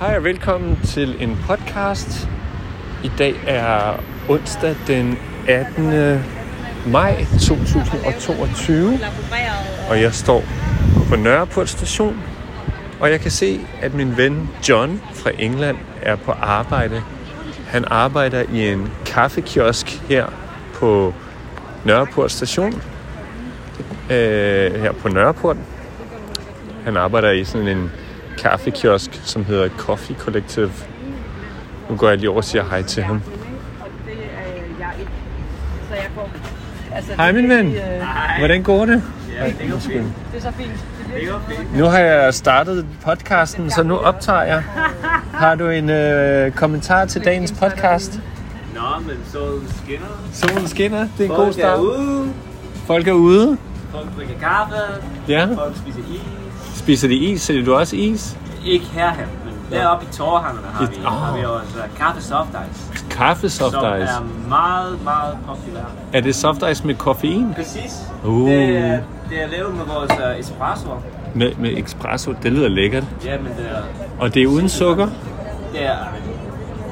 Hej og velkommen til en podcast. I dag er onsdag den 18. maj 2022, og jeg står på Nørreport station, og jeg kan se, at min ven John fra England er på arbejde. Han arbejder i en kaffekiosk her på Nørreport station, øh, her på Nørreport. Han arbejder i sådan en kaffekiosk, som hedder Coffee Collective. Nu går jeg lige over og siger hej til ham. altså, Hej min ven. Hvordan går det? Det er så fint. Nu har jeg startet podcasten, så nu optager jeg. Har du en øh, kommentar til dagens podcast? Nå, men solen skinner. Solen skinner. Det er en god Folk er start. ude. Folk er ude. Folk drikker kaffe. Ja. Folk spiser is. Spiser de is? Sælger du også is? Ikke herhen, men deroppe i Torhammer har vi, I- har vi Åh. også uh, kaffe soft ice. Kaffe soft som ice. er meget, meget populær. Er det soft ice med koffein? Præcis. Uh. Det, er- det er lavet med vores uh, espresso. Med, med espresso. Det lyder lækkert. Ja, men det er, Og det er uden sukker? det er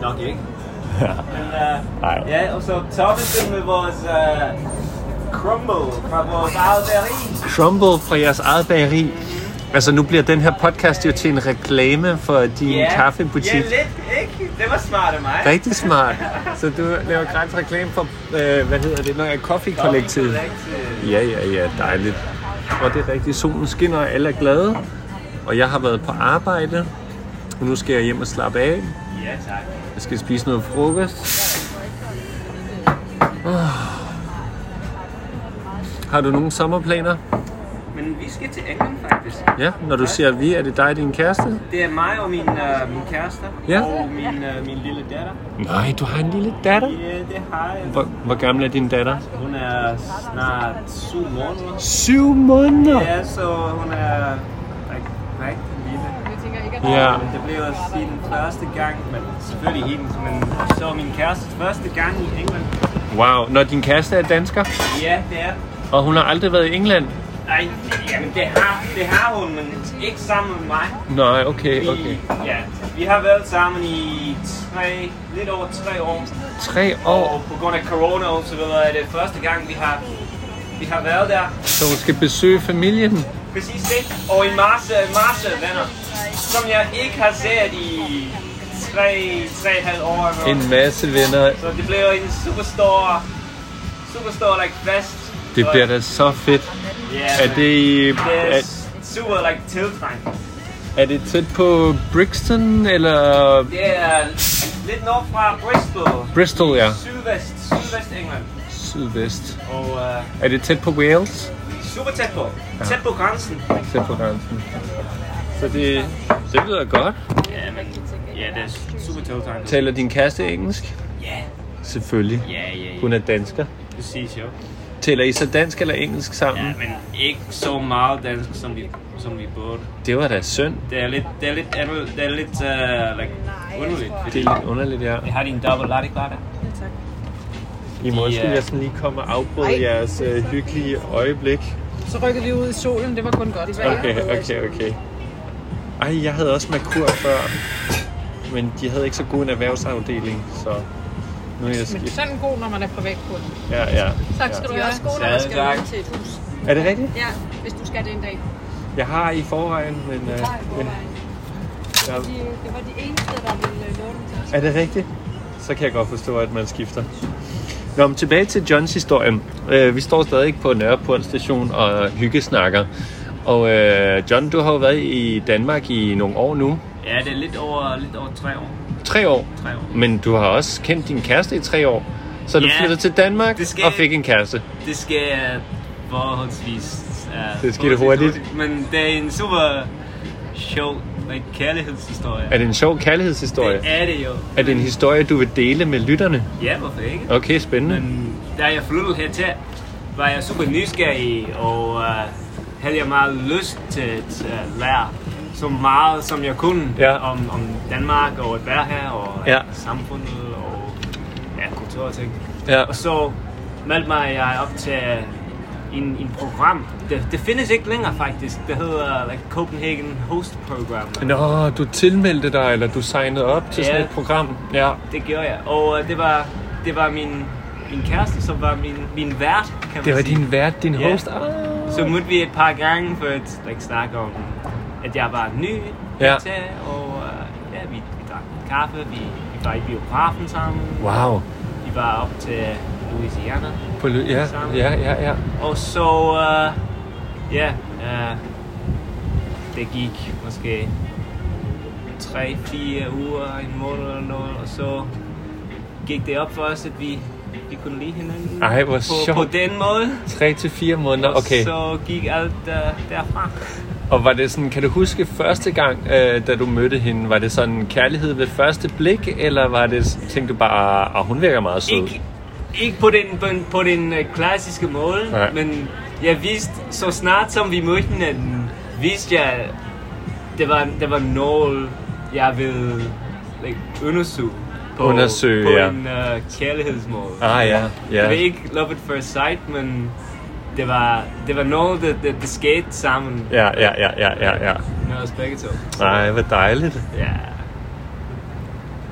nok ikke. Men, Nej. uh, ja, og så toppes det med vores uh, crumble fra vores eget bageri. Crumble fra jeres eget bageri. Altså nu bliver den her podcast jo til en reklame for din yeah. kaffebutik. Ja, lidt, ikke? Det var smart af mig. Rigtig smart. Så du laver gratis reklame for, øh, hvad hedder det, når jeg er Coffee Collective. Ja, ja, ja, dejligt. Og det er rigtigt, solen skinner, og alle er glade. Og jeg har været på arbejde, og nu skal jeg hjem og slappe af. Ja, tak. Jeg skal spise noget frokost. Oh. Har du nogle sommerplaner? Men vi skal til England faktisk. Ja, når du siger vi, er det dig og din kæreste? Det er mig og min, øh, min kæreste Ja. og min, øh, min lille datter. Nej, du har en lille datter. Ja, det har jeg. Hvor, hvor gammel er din datter? Hun er snart syv måneder. Syv måneder! Ja, så hun er rigtig, rigtig lille. Jeg tænker ikke, at Ja. Men det blev også sin første gang, men selvfølgelig hendes, men så min kærestes første gang i England. Wow, når din kæreste er dansker, Ja, det er og hun har aldrig været i England. Nej, jamen det har, det har hun, men ikke sammen med mig. Nej, okay, Vi, okay. ja, vi har været sammen i tre, lidt over tre år. Tre Og år, på grund af corona og så videre, er det første gang, vi har, vi har været der. så hun skal besøge familien. Præcis det. Og i marts, øh, marts øh, venner, som jeg ikke har set i tre, tre og et halvt år. eller En noget. masse venner. Så det blev en super stor, super stor like, fest. Det Så- bliver da så fedt. Ja, Er det, i- det er er, super like, tiltrængt. er det tæt på Brixton, eller Det er lidt nord fra Bristol. Bristol, ja. Sydvest, sydvest England. Sydvest. Og øh, Er det tæt på Wales? super tæt på. Tæt på grænsen. Tæt på grænsen. Så det, det lyder godt. Ja, men, ja, det er super tiltrængt. Taler din kæreste engelsk? Ja, Selvfølgelig. ja, ja. Hun er dansker. Præcis, jo. Taler I så dansk eller engelsk sammen? Ja, men ikke så meget dansk, som vi, som vi burde. Det var da synd. Det er lidt, det er lidt, andet- det er lidt, uh, like, Det underligt. Fordi er lidt underligt, ja. jeg har din dobbelt latte I må undskylde, Ja. jeg sådan lige komme og afbryde Ej. jeres øh, hyggelige øjeblik. Så rykkede vi ud i solen, det var kun godt. Okay, okay, okay. Ej, jeg havde også Merkur før, men de havde ikke så god en erhvervsafdeling, så nu er jeg Men skidt. sådan er god, når man er privatkunde. Ja, ja. Tak skal ja. du Det er have. også gode, når man Ja, skal tak. ud til et hus. Er det rigtigt? Ja, hvis du skal det en dag. Jeg har i forvejen, men... Øh, Nej, forvejen. jeg, De, det var de eneste, der ville øh, låne den til os. er det rigtigt? Så kan jeg godt forstå, at man skifter. Nå, men tilbage til Johns historien. Øh, vi står stadig på Nørreport station og hyggesnakker. Og øh, John, du har jo været i Danmark i nogle år nu. Ja, det er lidt over, lidt over tre år. Tre år. Tre år. Men du har også kendt din kæreste i tre år. Så du Ja, flyttede til Danmark det skal- og fik en kæreste. Det sker øh, forholdsvis... Uh, Det sker hurtigt. Men det er en super sjov like, kærlighedshistorie. Er det en sjov kærlighedshistorie? Det er det jo. Er det en historie, du vil dele med lytterne? Ja, hvorfor ikke? Okay, spændende. Men da jeg flyttede hertil, var jeg super nysgerrig, og uh, havde jeg meget lyst til at uh, lære så meget, som jeg kunne Ja. om, om Danmark og at være her, og Ja. samfundet og ja, kultur og ting. Ja. Og så meldte mig jeg op til en, en program. Det, det findes ikke længere faktisk. Det hedder like, Copenhagen Host Program. Nå, du tilmeldte dig, eller du signede op til sådan Ja. et program. Ja. Det gjorde jeg. Og øh, det var, det var min, min kæreste, som var min, min vært, kan man Det var sige. din vært, din Ja. host. Ah. Så mødte vi et par gange for at like, snakke om, at jeg var ny Ja. til, og uh, ja, vi, vi drak lidt kaffe, vi, vi var i biografen sammen, Wow. vi var op til Louisiana, På, lø- ja, ja, ja, ja. og så, uh, ja, uh, det gik måske 3-4 uger, en måned eller noget, og så gik det op for os, at vi, vi kunne lide hinanden Ej, hvor på, på sjovt. den måde. 3 til fire måneder, okay. Og så gik alt uh, derfra. Og var det sådan, kan du huske første gang, øh, da du mødte hende, var det sådan kærlighed ved første blik, eller var det, tænkte du bare, at hun virker meget sød? Ikke, ikke på den, på den, på den øh, klassiske måde, Nej. men jeg vidste, så snart som vi mødte hinanden, vidste jeg, det var, det var noget, jeg ville like, undersøge. På, Undersøge, på ja. en øh, kærlighedsmåde. Ah ja, Det var ja. ikke love at first sight, men det var, det var noget, der, der, der skete sammen Ja, ja, ja, ja, ja, ja. med os begge to. Nej, hvor dejligt. Ja.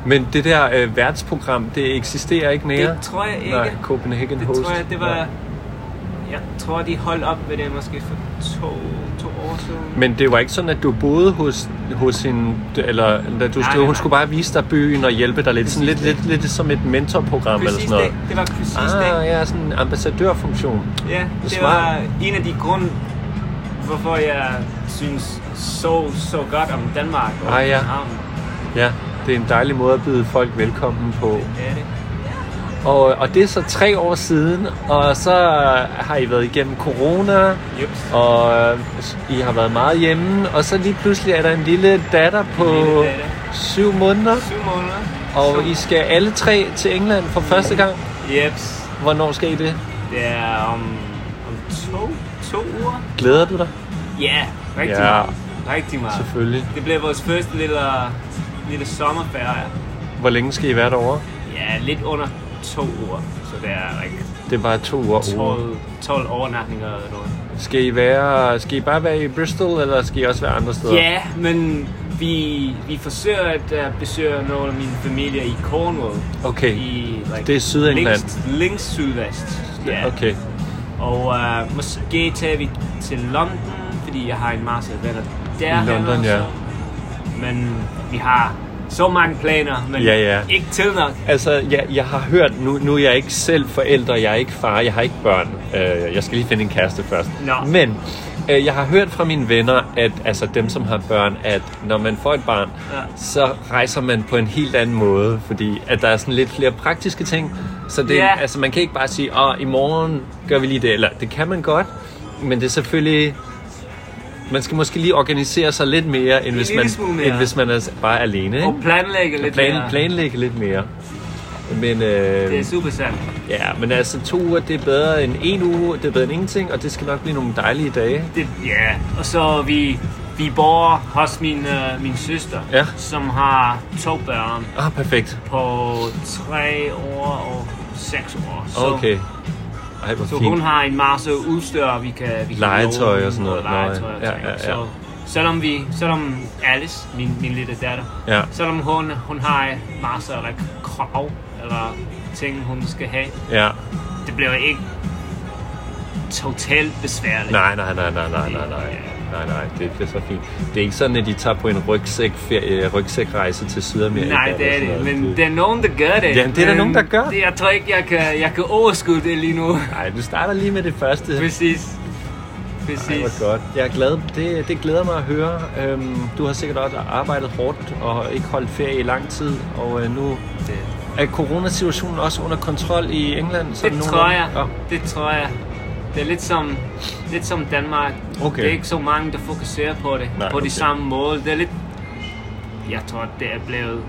Men det der øh, værtsprogram, det eksisterer ikke mere? Det tror jeg ikke. Nej, Copenhagen Det Host. tror jeg, det var... Nej. Jeg tror, de holdt op med det måske for to, to år siden. Men det var ikke sådan, at du boede hos, hos hende, eller da du, Nej, nej, hun nej. skulle bare vise dig byen og hjælpe dig lidt. Sådan lidt, Præcis lidt, lidt som et mentorprogram eller Præcis sådan noget. det. Det var præcis Ah, det. ja, sådan en ambassadørfunktion. Ja, er det smart. var en af de grunde, hvorfor jeg synes så, så godt om Danmark og Ah, ja. København. Ja, det er en dejlig måde at byde folk velkommen på. Det er det. Og, og det er så tre år siden, og så har I været igennem corona, Jups. og øh, I har været meget hjemme, og så lige pludselig er der en lille datter på Lille datter. syv måneder, Syv måneder. og Så- I skal alle tre til England for første gang. Jeps. Hvornår skal I det? Det er om, om to, to uger. Glæder du dig? Ja, rigtig Ja. meget. Rigtig meget. Selvfølgelig. Det bliver vores første lille, lille sommerferie. Hvor længe skal I være derovre? Ja, lidt under to uger. Så det er like, Det er bare to uger. 12, 12 overnatninger eller noget. Skal I, være, skal I bare være i Bristol, eller skal I også være andre steder? Ja, men vi, vi forsøger at uh, besøge nogle af min familie i Cornwall. Okay. I, like, Det er Sydengland. Længst, længst sydvest. Ja. Okay. Og uh, måske tager vi til London, fordi jeg har en masse venner der. I London, også. ja. Men vi har så mange planer, men Ja, ja. ikke tid nok. Altså, jeg, jeg har hørt, nu, nu er jeg ikke selv forældre, jeg er ikke far, jeg har ikke børn. Øh, jeg skal lige finde en kæreste først. Nå. Men øh, jeg har hørt fra mine venner, at altså dem, som har børn, at når man får et barn, ja. Ja. så rejser man på en helt anden måde, fordi at der er sådan lidt flere praktiske ting. Så det, Ja. ja. altså, man kan ikke bare sige, at i morgen gør vi lige det, eller det kan man godt, men det er selvfølgelig... Man skal måske lige organisere sig lidt mere, end, hvis lille man, smule mere. end hvis man er bare alene. Ikke? Og planlægge lidt plan, mere. planlægge lidt mere. Men, Det øh, er super sandt. ja, men altså to uger, det er bedre end en uge, det er bedre end ingenting, og det skal nok blive nogle dejlige dage. Det, ja, og så vi, vi bor hos min, øh, min søster, Ja. som har to børn Ah, perfekt. på tre år og seks år. Så, Okay. Ej, hvor så hun fint. har en masse udstyr, vi kan, vi kan Legetøj låne, og sådan noget. Og legetøj og Nå, ja. ting. Ja, ja, ja. Så, selvom, vi, selvom Alice, min, min lille datter, Ja. selvom hun, hun har masse eller krav eller ting, hun skal have, Ja. det bliver ikke totalt besværligt. Nej, nej, nej, nej, nej, nej, nej. Nej, nej, det, det er så fint. Det er ikke sådan, at de tager på en rygsækferie, rygsækrejse til Sydamerika. Nej, eller det er sådan det, noget. men det er nogen, der gør det. Jamen, det er der Men nogen, der gør. Det, jeg tror ikke, jeg kan, jeg kan overskue det lige nu. Nej, du starter lige med det første. Præcis. Ej, Præcis. hvor godt. Jeg er glad. Det, det glæder mig at høre. Øhm, du har sikkert også arbejdet hårdt og ikke holdt ferie i lang tid, og øh, nu er coronasituationen også under kontrol i England. Det, det tror jeg. Ja. Det tror jeg. Det er lidt som, lidt som Danmark. Okay. Det er ikke så mange, der fokuserer på det. Nej, på okay. de samme mål. Det er lidt... Jeg tror, det er blevet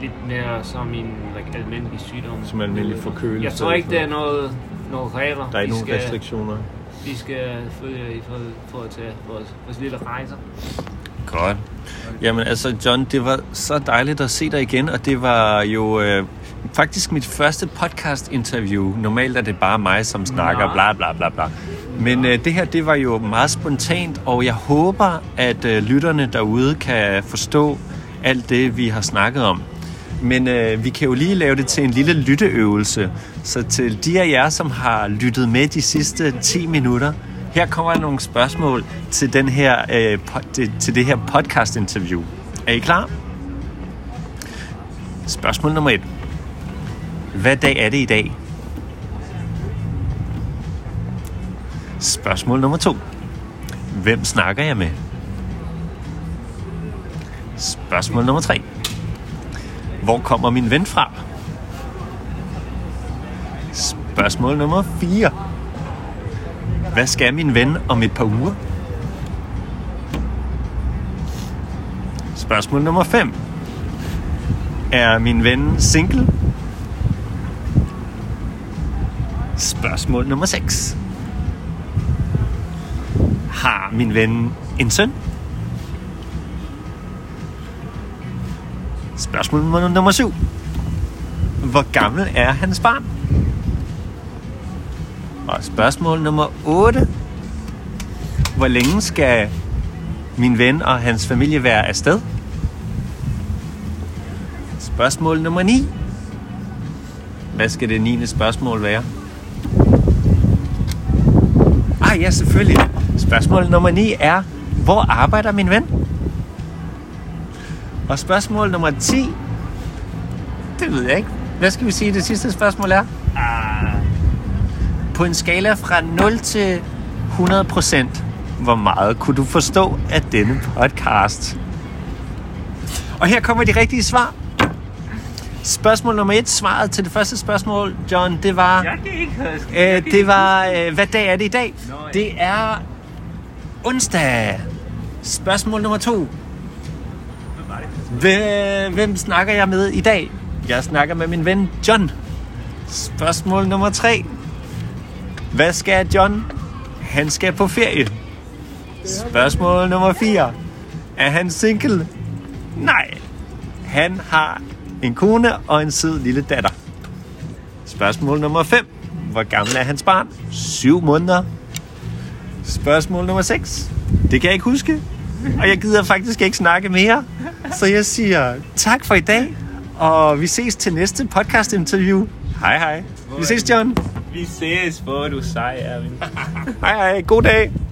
lidt mere som en like, almindelig sygdom. Som almindelig forkølelse Jeg tror ikke, eller det er sådan noget, noget regler. Der er vi nogle skal- restriktioner. Vi skal følge i forhold for at tage vores, vores lille rejser. Godt. Jamen altså, John, det var så dejligt at se dig igen, og det var jo øh, faktisk mit første podcast-interview. Normalt er det bare mig, som snakker, Nå. bla bla bla bla. Men øh, det her, det var jo meget spontant, og jeg håber, at øh, lytterne derude kan forstå alt det, vi har snakket om. Men øh, vi kan jo lige lave det til en lille lytteøvelse. Så til de af jer, som har lyttet med de sidste 10 minutter, her kommer nogle spørgsmål til, den her, øh, po- til, til det her podcast-interview. Er I klar? Spørgsmål nummer et. Hvad dag er det i dag? Spørgsmål nummer to. Hvem snakker jeg med? Spørgsmål nummer tre. Hvor kommer min ven fra? Spørgsmål nummer 4. Hvad skal min ven om et par uger? Spørgsmål nummer 5. Er min ven single? Spørgsmål nummer 6. Har min ven en søn? Spørgsmål nummer- nummer 7. Hvor gammel er hans barn? Og spørgsmål nummer 8. Hvor længe skal min ven og hans familie være afsted? Spørgsmål nummer 9. Hvad skal det 9. spørgsmål være? Ah ja, selvfølgelig. Spørgsmål nummer 9 er, hvor arbejder min ven? Og spørgsmål nummer 10, det ved jeg ikke. Hvad skal vi sige, det sidste spørgsmål er? På en skala fra 0 til 100 procent, hvor meget kunne du forstå af denne podcast? Og her kommer de rigtige svar. Spørgsmål nummer 1, svaret til det første spørgsmål, John, det var... Jeg kan ikke huske. Jeg Øh, kan det ikke var, øh, hvad dag er det i dag? Nå, ja. Det er onsdag. Spørgsmål nummer to. Hvem, hvem snakker jeg med i dag? Jeg snakker med min ven John. Spørgsmål nummer tre. Hvad skal John? Han skal på ferie. Spørgsmål nummer 4. Er han single? Nej. Han har en kone og en sød lille datter. Spørgsmål nummer 5. Hvor gammel er hans barn? 7 måneder. Spørgsmål nummer 6. Det kan jeg ikke huske. Og jeg gider faktisk ikke snakke mere. Så jeg siger tak for i dag. Og vi ses til næste podcast interview. Hej hej. Vi ses, John. Vi ses, hvor du sej er, min Hej hej. God dag.